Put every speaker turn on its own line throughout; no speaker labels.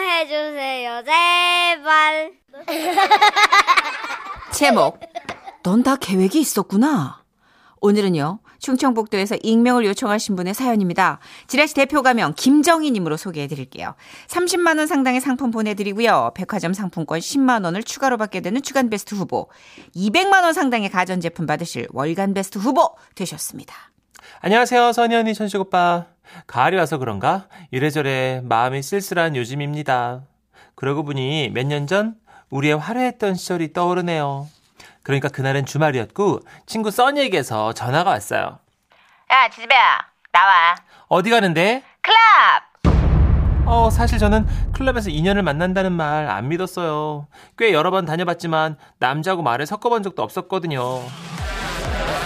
해주세요, 제발.
제목 넌 다 계획이 있었구나. 오늘은요. 충청북도에서 익명을 요청하신 분의 사연입니다. 지라시 대표 가명 김정희님으로 소개해드릴게요. 30만 원 상당의 상품 보내드리고요. 백화점 상품권 10만 원을 추가로 받게 되는 주간 베스트 후보, 200만 원 상당의 가전제품 받으실 월간 베스트 후보 되셨습니다.
안녕하세요, 선희 언니, 천식 오빠. 가을이 와서 그런가? 이래저래 마음이 쓸쓸한 요즘입니다. 그러고 보니 몇 년 전 우리의 화려했던 시절이 떠오르네요. 그러니까 그날은 주말이었고 친구 써니에게서 전화가 왔어요.
야, 지지배야, 나와.
어디 가는데?
클럽!
어, 사실 저는 클럽에서 인연을 만난다는 말 안 믿었어요. 꽤 여러 번 다녀봤지만 남자하고 말을 섞어본 적도 없었거든요.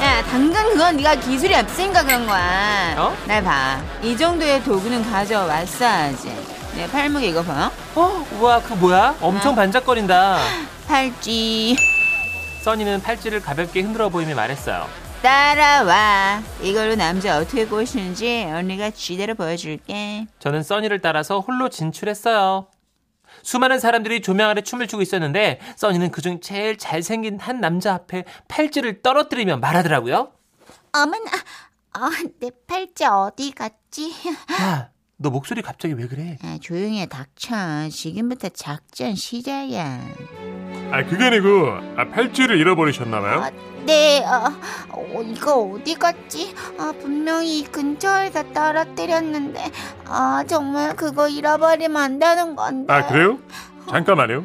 야, 당장 그건 네가 기술이 없으니까 그런 거야.
어?
날 봐. 이 정도의 도구는 가져왔어야지. 내 팔목에 이거 봐요.
어, 우와, 그 뭐야? 엄청 반짝거린다.
팔찌.
써니는 팔찌를 가볍게 흔들어 보이며 말했어요.
따라와. 이걸로 남자 어떻게 꼬시는지 언니가 지대로 보여줄게.
저는 써니를 따라서 홀로 진출했어요. 수많은 사람들이 조명 아래 춤을 추고 있었는데 써니는 그중 제일 잘생긴 한 남자 앞에 팔찌를 떨어뜨리며 말하더라고요.
어머나, 어, 내 팔찌 어디 갔지?
야, 너 목소리 갑자기 왜 그래?
야, 아, 조용히 해, 닥쳐. 지금부터 작전 시작이야.
아 그게 아니고 아, 팔찌를
아,
잃어버리셨나봐요.
네, 어, 어, 이거 어디 갔지? 아, 분명히 이 근처에다 떨어뜨렸는데, 아, 정말 그거 잃어버리면 안 되는 건데.
아 그래요? 잠깐만요.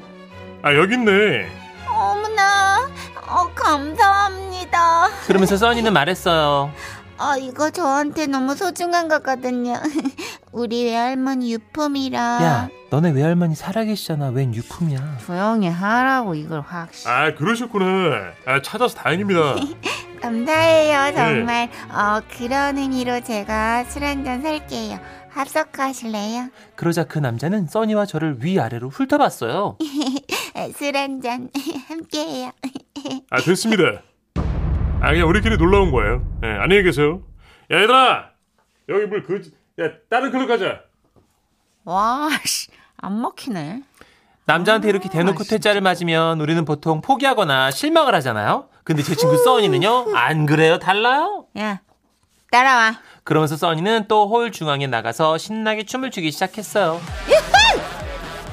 아 여기 있네.
어머나, 어, 감사합니다.
그러면서 써니는 말했어요.
아, 이거 저한테 너무 소중한 거거든요. 우리 외할머니 유품이라.
야, 너네 외할머니 살아계시잖아. 웬 유품이야?
조용히 하라고 이걸 확.
아 그러셨구나. 아 찾아서 다행입니다.
감사해요,
네.
정말. 어, 그런 의미로 제가 술 한 잔 살게요. 합석하실래요?
그러자 그 남자는 써니와 저를 위아래로 훑어봤어요.
술 한 잔 함께해요.
아 됐습니다. 아 그냥 우리끼리 놀러 온 거예요. 예, 안녕히 계세요. 야 얘들아 여기 물그야 다른 클럽 가자.
와, 씨. 안 먹히네.
남자한테 이렇게 대놓고 퇴짜를 맞으면 우리는 보통 포기하거나 실망을 하잖아요. 근데 제 친구 써니는요? 안 그래요? 달라요?
야, 따라와.
그러면서 써니는 또 홀 중앙에 나가서 신나게 춤을 추기 시작했어요.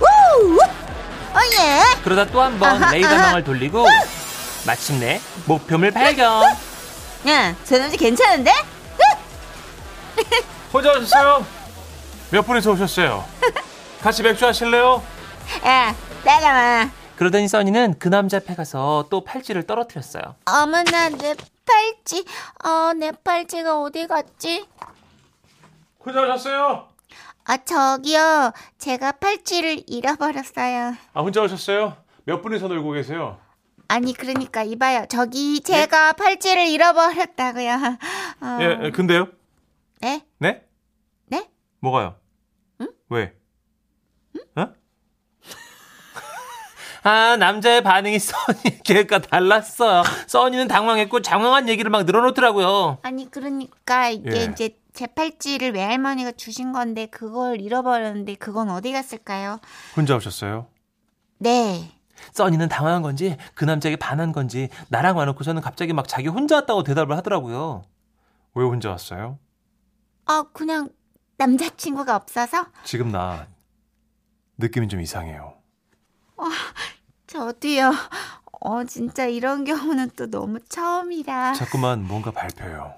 어, 어예!
그러다 또 한 번
아하, 아하.
레이더망을 돌리고 마침내 목표물 발견.
야, 저 남자 괜찮은데?
혼자 오셨어요? 몇 분이서 오셨어요? 같이 맥주 하실래요?
야, 따라와.
그러더니 써니는 그 남자 앞에 가서 또 팔찌를 떨어뜨렸어요.
어머나, 내 팔찌. 어, 내 팔찌가 어디 갔지?
혼자 오셨어요?
아, 저기요. 제가 팔찌를 잃어버렸어요.
아 혼자 오셨어요? 몇 분이서 놀고 계세요?
아니, 그러니까 이봐요. 저기 제가 팔찌를 잃어버렸다고요. 어,
예,
아.
예, 근데요?
네?
네?
네?
뭐가요? 왜? 어? 아, 남자의 반응이 써니 계획과 달랐어요. 써니는 당황했고 장황한 얘기를 막 늘어놓더라고요.
아니 그러니까 이게
예.
이제 제 팔찌를 외할머니가 주신 건데 그걸 잃어버렸는데 그건 어디 갔을까요?
혼자 오셨어요?
네.
써니는 당황한 건지 그 남자에게 반한 건지 나랑 와놓고서는 갑자기 막 자기 혼자 왔다고 대답을 하더라고요.
왜 혼자 왔어요?
어 그냥 남자친구가 없어서
지금 나 느낌이 좀 이상해요.
저도요. 어 진짜 이런 경우는 또 너무 처음이라
자꾸만 뭔가 밟혀요.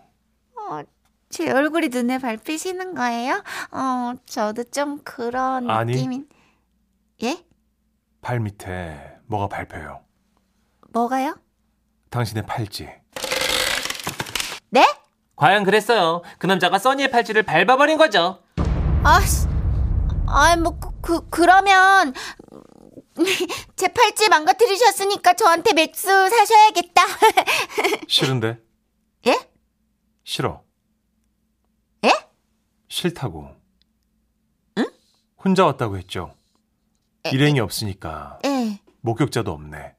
제 얼굴이 눈에 밟히시는 거예요? 어 저도 좀 그런
아니.
느낌인. 예?
발 밑에 뭐가 밟혀요.
뭐가요?
당신의 팔찌.
네?
과연 그랬어요. 그 남자가 써니의 팔찌를 밟아버린 거죠.
아씨, 아뭐그 그, 그러면 제 팔찌 망가뜨리셨으니까 저한테 맥주 사셔야겠다.
싫은데?
예?
싫어.
예?
싫다고. 응? 혼자 왔다고 했죠. 일행이 없으니까
예.
목격자도 없네.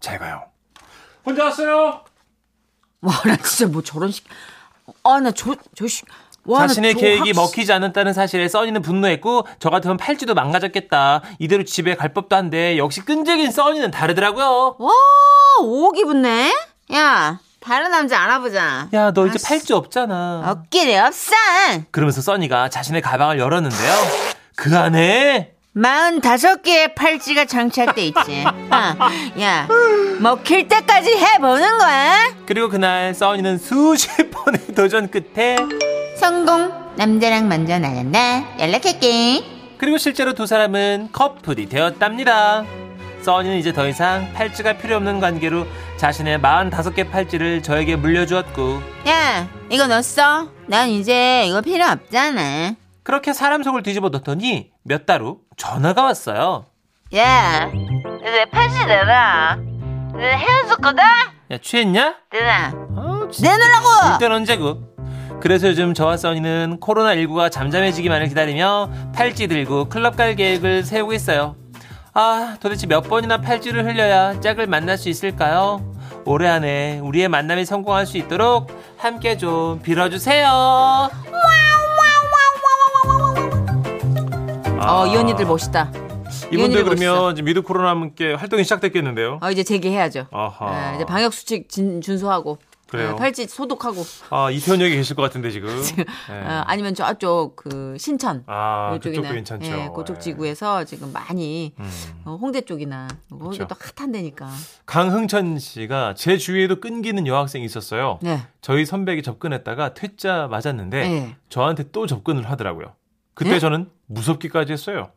잘 가요. 혼자 왔어요.
와, 나 진짜 뭐 저런 식. 아, 나 저, 저 식. 와, 나
자신의
저
계획이
확-
먹히지 않았다는 사실에 써니는 분노했고 저 같으면 팔찌도 망가졌겠다. 이대로 집에 갈 법도 한데 역시 끈질긴 써니는 다르더라고요.
와, 오기 붙네? 야, 다른 남자 알아보자.
야 너 이제 팔찌 없잖아.
없긴 없어!
그러면서 써니가 자신의 가방을 열었는데요. 그 안에
45개의 팔찌가 장착돼 있지. 어, 야, 먹힐 때까지 해보는 거야.
그리고 그날 써니는 수십 번의 도전 끝에
성공. 남자랑 먼저 나간다. 연락할게.
그리고 실제로 두 사람은 커플이 되었답니다. 써니는 이제 더 이상 팔찌가 필요 없는 관계로 자신의 45개 팔찌를 저에게 물려주었고
야, 이거 넣었어? 난 이제 이거 필요 없잖아.
그렇게 사람 속을 뒤집어 넣더니 몇 달 후 전화가 왔어요.
야,
내 팔찌 내놔. 내 헤어졌거든?
야 취했냐?
내놔.
어, 진짜.
내놓으라고!
그때는 언제고? 그래서 요즘 저와 써니는 코로나19가 잠잠해지기만을 기다리며 팔찌 들고 클럽 갈 계획을 세우고 있어요. 아, 도대체 몇 번이나 팔찌를 흘려야 짝을 만날 수 있을까요? 올해 안에 우리의 만남이 성공할 수 있도록 함께 좀 빌어주세요.
어, 이 언니들 멋있다.
이분들
이혼율 뭐
그러면 지금 미드 코로나 함께 활동이 시작됐겠는데요.
어, 이제 재개해야죠.
아하.
어, 이제 방역수칙 진- 준수하고.
그래요?
어, 팔찌 소독하고.
아 이태원 여기 계실 것 같은데 지금. 예.
어, 아니면 저쪽 그 신천.
아
이쪽이나,
그쪽도 괜찮죠.
예,
예.
그쪽 지구에서 지금 많이
음.
어, 홍대 쪽이나 거기도 또 핫한데니까.
예. 강흥천 씨가 제 주위에도 끈기는 여학생이 있었어요.
네.
저희 선배에게 접근했다가 퇴짜 맞았는데
네.
저한테 또 접근을 하더라고요. 그때
예?
저는 무섭기까지 했어요.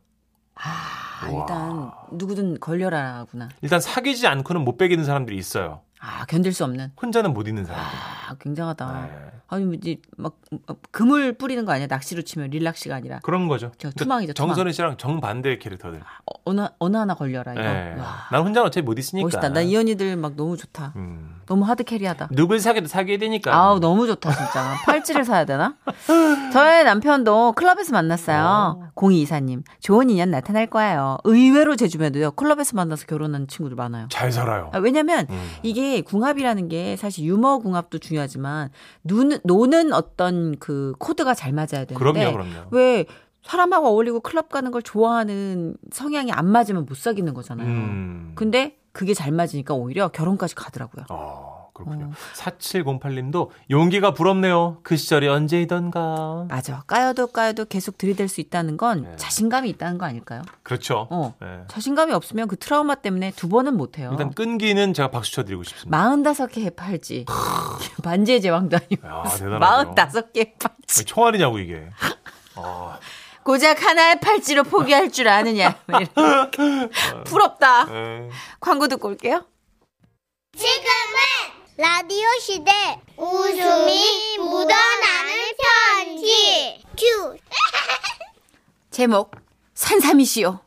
아,
우와.
일단 누구든 걸려라구나.
일단 사귀지 않고는 못 배기는 사람들이 있어요.
아, 견딜 수 없는.
혼자는 못 있는 사람들.
아, 굉장하다.
네.
아니 뭐 이제 막 어, 그물 뿌리는 거 아니야? 낚시로 치면 릴락시가 아니라
그런 거죠.
저 투망이죠, 투망.
정선희 씨랑 정반대의 캐릭터들.
어, 어느 어느 하나 걸려라 이거.
네.
예.
와,
난 혼자 는 어차피 못 있으니까.
멋있다. 난 이 언니들 막 너무 좋다.
음.
너무 하드 캐리하다.
누굴 사귀도 사귀어야 되니까.
아우 너무 좋다 진짜 팔찌를 사야 되나? 저의 남편도 클럽에서 만났어요. 공이 이사님 좋은 인연 나타날 거예요. 의외로 제 주변에도요 클럽에서 만나서 결혼한 친구들 많아요.
잘 살아요.
아, 왜냐면
음.
이게 궁합이라는 게 사실 유머 궁합도 중요하지만 눈, 노는 어떤 그 코드가 잘 맞아야 되는데
그럼요, 그럼요.
왜 사람하고 어울리고 클럽 가는 걸 좋아하는 성향이 안 맞으면 못 사귀는 거잖아요.
음.
근데 그게 잘 맞으니까 오히려 결혼까지 가더라고요.
어, 그렇군요. 4708님도 용기가 부럽네요. 그 시절이 언제이던가.
맞아. 까여도 까여도 계속 들이댈 수 있다는 건
네.
자신감이 있다는 거 아닐까요?
그렇죠.
어.
예.
자신감이 없으면 그 트라우마 때문에 두 번은 못 해요.
일단 끈기는 제가 박수 쳐드리고 싶습니다.
45개 팔찌. 반지의 제왕도 아니고.
야, 대단하네요.
45개 팔찌.
왜 총알이냐고 이게. 아,
고작 하나의 팔찌로 포기할 줄 아느냐. 이렇게.
아.
부럽다.
예.
광고 듣고 올게요.
지금은 라디오 시대 웃음이 묻어나는 편지 큐
제목 산삼이시요.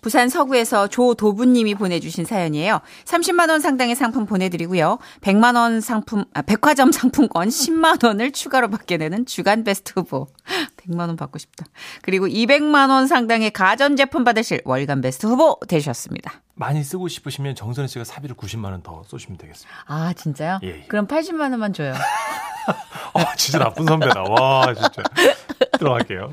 부산 서구에서 조도부님이 보내주신 사연이에요. 30만 원 상당의 상품 보내드리고요. 100만 원 상품, 아, 백화점 상품권 10만 원을 추가로 받게 되는 주간 베스트 후보. 100만 원 받고 싶다. 그리고 200만 원 상당의 가전 제품 받으실 월간 베스트 후보 되셨습니다.
많이 쓰고 싶으시면 정선희 씨가 사비를 90만 원 더 쏘시면 되겠습니다.
아 진짜요?
예, 예.
그럼 80만 원만 줘요.
아, 진짜 나쁜 선배다. 와, 진짜. 들어갈게요.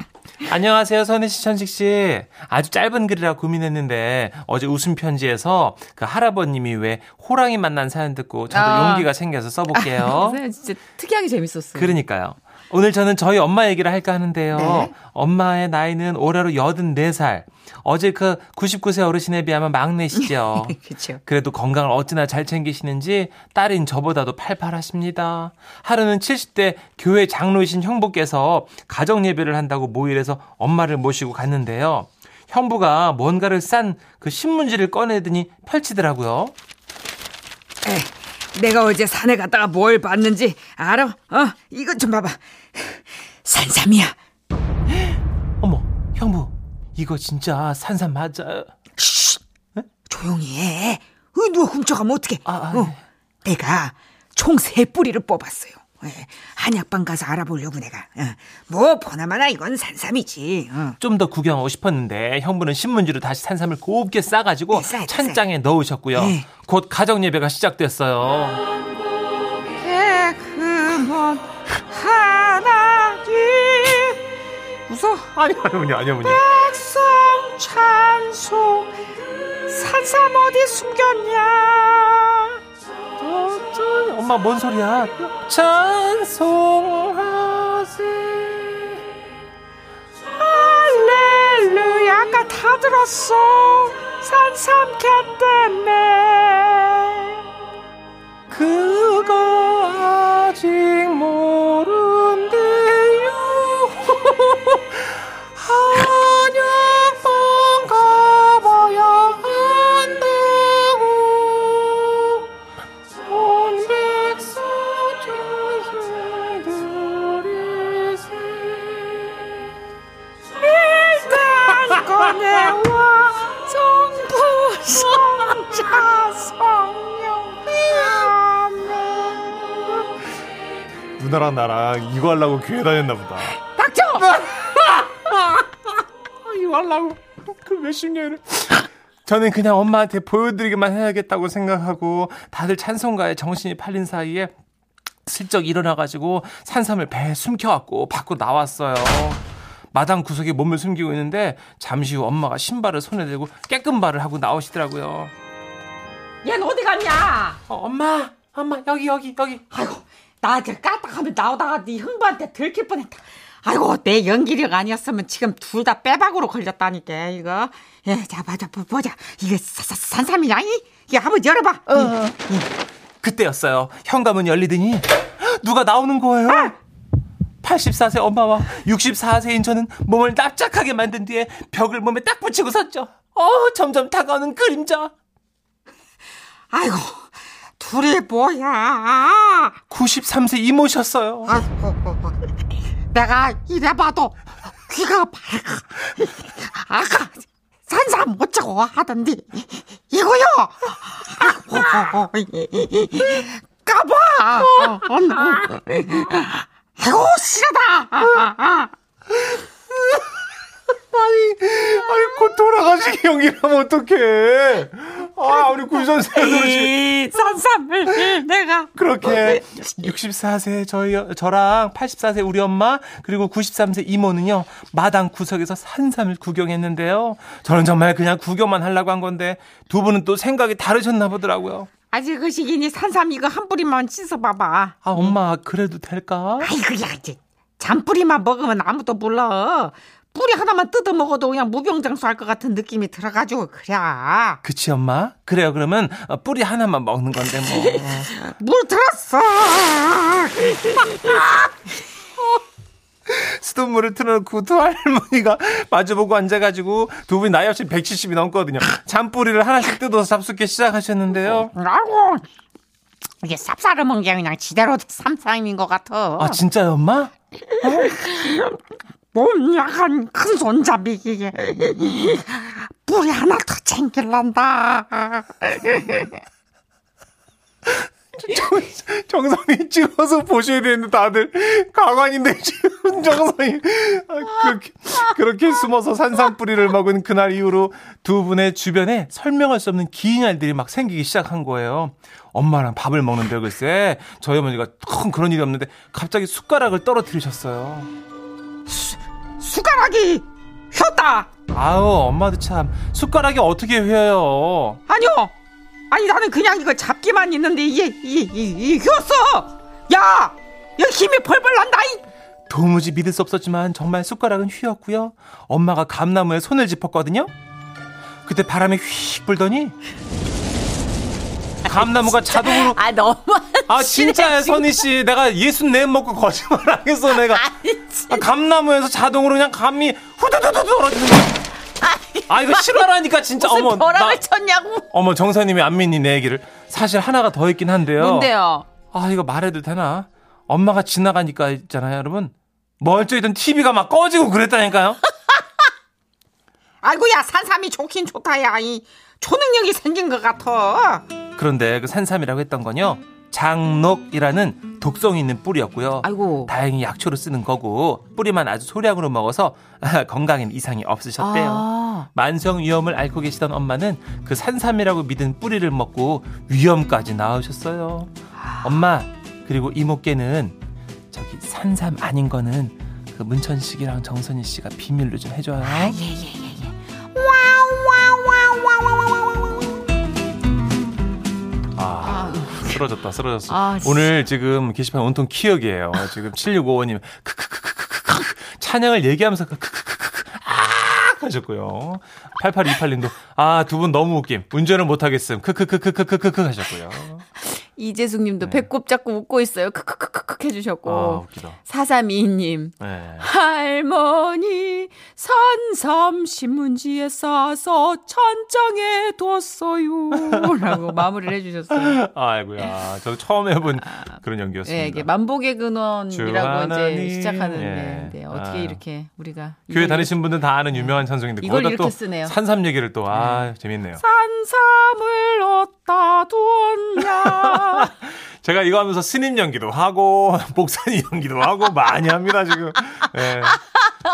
안녕하세요, 선희 씨, 천식 씨. 아주 짧은 글이라 고민했는데 어제 웃음 편지에서 그 할아버님이 왜 호랑이 만난 사연 듣고 저도
아. 네.
용기가 생겨서 써볼게요.
사연 어? 진짜 특이하게 재밌었어요.
어? 네. 그러니까요. 오늘 저는 저희 엄마 얘기를 할까 하는데요. 엄마의 나이는 올해로 84살. 어제 그 99세 어르신에 비하면 막내시죠.
그렇죠.
그래도 건강을 어찌나 잘 챙기시는지 딸인 저보다도 팔팔하십니다. 하루는 70대 교회 장로이신 형부께서 가정 예배를 한다고 모일에서 엄마를 모시고 갔는데요. 형부가 뭔가를 싼 그 신문지를 꺼내더니 펼치더라고요.
에이, 내가 어제 산에 갔다가 뭘 봤는지 알아? 어, 이것 좀 봐봐. 산삼이야.
어머, 형부, 이거 진짜 산산 맞아요.
조용히 해. 어, 누가 훔쳐가면 어떡해.
아, 아,
어, 내가 총 세 뿌리를 뽑았어요. 예, 한약방 가서 알아보려고 내가. 어, 뭐 보나마나 이건 산삼이지. 어.
좀 더 구경하고 싶었는데 형부는 신문지로 다시 산삼을 곱게 싸가지고
네, 싸야죠,
찬장에 넣으셨고요.
네.
곧 가정 예배가 시작됐어요.
그먼 하나 뒤
아니, 어머니, 아니, 어머니.
백성 찬송 산삼 어디 숨겼냐
어, 짠. 엄마, 뭔 소리야? 찬송하세.
할렐루야 아까 다 들었어 산삼 켰다며
그 그거 아직 모른대요. 한약방 가봐야 한다고. 온백사 전세들이세.
일단 꺼내와 성부 성자 성령 아멘
누나랑 나랑 이거 하려고 교회 다녔나 보다.
닥쳐!
아,
이거 하려고 그 몇십 년을 저는 그냥 엄마한테 보여드리기만 해야겠다고 생각하고 다들 찬송가에 정신이 팔린 사이에 슬쩍 일어나가지고 산삼을 배에 숨겨왔고 밖으로 나왔어요 마당 구석에 몸을 숨기고 있는데 잠시 후 엄마가 신발을 손에 들고 깨끗발을 하고 나오시더라고요
얜 어디 갔냐?
어, 엄마 엄마 여기 여기 여기
아이고 나한테 까딱하면 나오다가 네 흥부한테 들킬 뻔했다 아이고 내 연기력 아니었으면 지금 둘 다 빼박으로 걸렸다니까 이거 예자 보자 보- 보자 이게 사- 사- 산삼이냐 이? 이게 한번 열어봐 어.
그때였어요. 현관문 열리더니 누가 나오는 거예요. 84세 엄마와 64세인 저는 몸을 납작하게 만든 뒤에 벽을 몸에 딱 붙이고 섰죠. 어, 점점 다가오는 그림자.
아이고 둘이 뭐야
93세 이모셨어요.
아이고 내가 이래봐도 귀가 밝아 아까 산삼 어쩌고 하던데 이거요 아이고 까봐 어, 아이고 싫다
아니 곧 돌아가시기 연기를 하면 어떡해. 아 우리 구선생님
이 산삼을 내가
그렇게 네. 64세 저희 저랑 84세 우리 엄마 그리고 93세 이모는요 마당 구석에서 산삼을 구경했는데요. 저는 정말 그냥 구경만 하려고 한 건데 두 분은 또 생각이 다르셨나 보더라고요.
아직 그 시기니 산삼 이거 한 뿌리만 씻어봐봐
아 엄마 그래도 될까?
아이고야 이제 잔뿌리만 먹으면 아무도 몰라 뿌리 하나만 뜯어 먹어도 그냥 무병장수할 것 같은 느낌이 들어가지고 그래
그치 엄마 그래요 그러면 어, 뿌리 하나만 먹는 건데 뭐
물 들었어
수돗물을 틀어놓고 두 할머니가 마주보고 앉아가지고 두 분이 나이 없이 170이 넘거든요 잔뿌리를 하나씩 뜯어서 잡숫게 시작하셨는데요
아이고 이게 쌉싸름한 게 그냥 지대로 삼삼인 것 같아
아 진짜요 엄마?
몸 약간 큰 손잡이 이게 뿌리 하나 더 챙길란다
정상이 찍어서 보셔야 되는데 다들 가관인데 지금 정상이 아, 그렇게,
그렇게 숨어서 산삼뿌리를 먹은 그날 이후로 두 분의 주변에 설명할 수 없는 긴 알들이 막 생기기 시작한 거예요. 엄마랑 밥을 먹는데 글쎄 저희 어머니가 큰 그런 일이 없는데 갑자기 숟가락을 떨어뜨리셨어요.
숟가락이 휘었다
아우 엄마도 참 숟가락이 어떻게 휘어요?
아니요. 아니 나는 그냥 이거 잡기만 있는데 이게 이이 휘었어. 야, 여기 힘이 벌벌 난다. 이.
도무지 믿을 수 없었지만 정말 숟가락은 휘었고요. 엄마가 감나무에 손을 짚었거든요. 그때 바람이 휙 불더니 감나무가 자동으로
아 너무
아 진짜야 선희 씨 내가 예순 네 먹고 거짓말 하겠어 내가 아, 감나무에서 자동으로 그냥 감이 후두두두 떨어지는 거야 아 이거 실화라니까 진짜 어머
무슨 벼락을
나-
쳤냐고.
어머 정사님이 안 믿니 내 얘기를 사실 하나가 더 있긴 한데요
뭔데요?
아 이거 말해도 되나 엄마가 지나가니까 있잖아요 여러분 멀쩡히 있던 TV가 막 꺼지고 그랬다니까요
아이고야 산삼이 좋긴 좋다야. 이 초능력이 생긴 것 같아.
그런데 그 산삼이라고 했던 건요 장록이라는 독성 있는 뿌리였고요
아이고.
다행히 약초로 쓰는 거고 뿌리만 아주 소량으로 먹어서 건강엔 이상이 없으셨대요.
아.
만성 위염을 앓고 계시던 엄마는 그 산삼이라고 믿은 뿌리를 먹고 위염까지 나으셨어요. 엄마 그리고 이모께는 저기 산삼 아닌 거는
그 문천식이랑 정선희 씨가 비밀로 좀 해줘요. 아, 쓰러졌다, 쓰러졌어.
아, 진짜.
오늘 지금 게시판 온통 키읔이에요. 지금 7655님, 크크크크크크 찬양을 얘기하면서 크크크크크 아 하셨고요. 8828님도 아, 두 분 너무 웃김. 운전을 못 하겠음. 크크크크크크크 하셨고요.
이재숙 님도
네.
배꼽 잡고 웃고 있어요. 크크크크크 해주셨고.
아, 웃기다.
4322님.
네.
할머니 산삼 신문지에 싸서 천장에 뒀어요라고 마무리를 해주셨어요.
아이고야. 저도 처음 해본 그런 연기였습니다.
네, 이게 만복의 근원이라고 이제
주하나님.
시작하는데
예.
네, 어떻게
아.
이렇게 우리가
교회
이걸
다니신 분들 다 아는 유명한 찬송인데
이걸
거기다
이렇게
또
쓰네요.
산삼 얘기를 또 아, 재밌네요.
산삼을 얻다 두었냐
제가 이거 하면서 스님 연기도 하고 복사님 연기도 하고 많이 합니다 지금. 예.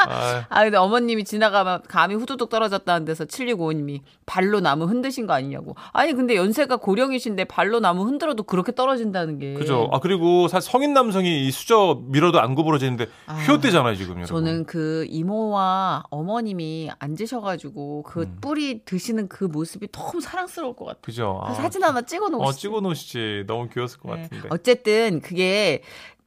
아,
아 근데 어머님이 지나가면 감이 후두둑 떨어졌다는 데서 7655님이 발로 나무 흔드신 거 아니냐고 아니 근데 연세가 고령이신데 발로 나무 흔들어도 그렇게 떨어진다는 게
그죠. 아 그리고 사실 성인 남성이 이 수저 밀어도 안 구부러지는데 휴대잖아요 지금 여러분.
저는 그 이모와 어머님이 앉으셔가지고 그
음.
뿌리 드시는 그 모습이 너무 사랑스러울 것 같아요.
그죠. 아,
그래서 사진 하나 찍어
어
놓으시죠.
찍어 놓으시지 너무 귀여웠을 것
네.
같은데.
어쨌든 그게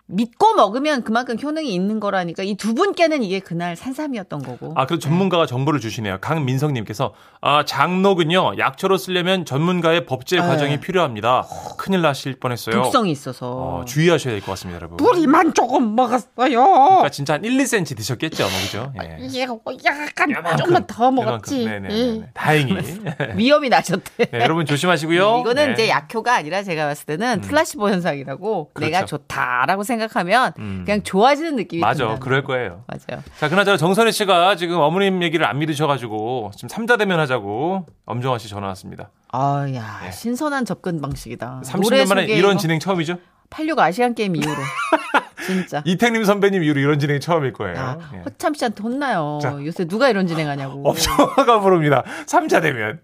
믿고 먹으면 그만큼 효능이 있는 거라니까 이 두 분께는 이게 그날 산삼이었던 거고.
아, 그래도 전문가가 정보를 주시네요. 강민성님께서 아, 장록은요 약초로 쓰려면 전문가의
예.
법제 과정이 필요합니다. 큰일 나실 뻔했어요.
독성이 있어서.
어, 주의하셔야 될 것 같습니다, 여러분.
뿌리만 조금
그러니까
먹었어요.
진짜 한 1, 2cm 드셨겠죠, 뭐 그죠?
아,
예.
예, 약간 좀만 더 먹었지.
아, 네네. 네 다행히. 네,
예. 위험이 나셨대.
여러분 조심하시고요.
이거는
네. 음.
이제 약효가 아니라 제가 봤을 때는 플라시보 현상이라고
그렇죠.
내가 좋다라고 생각하면
음.
그냥 좋아지는 느낌이
맞아,
든다는
그럴
거.
거예요.
맞아요.
자, 그나저나 정선희 씨가 지금 어머님 얘기를 안 믿으셔가지고 지금 삼자 대면 하자고 엄정화 씨 전화 왔습니다.
아야
네.
신선한 접근 방식이다.
30년 만에 이런 진행 처음이죠?
86 아시안 게임 이후로 진짜.
이택림 선배님 이후로 이런 진행이 처음일 거예요.
아,
예.
허참 씨한테 혼나요.
자.
요새 누가 이런 진행하냐고.
엄정화가 부릅니다. 삼자 대면.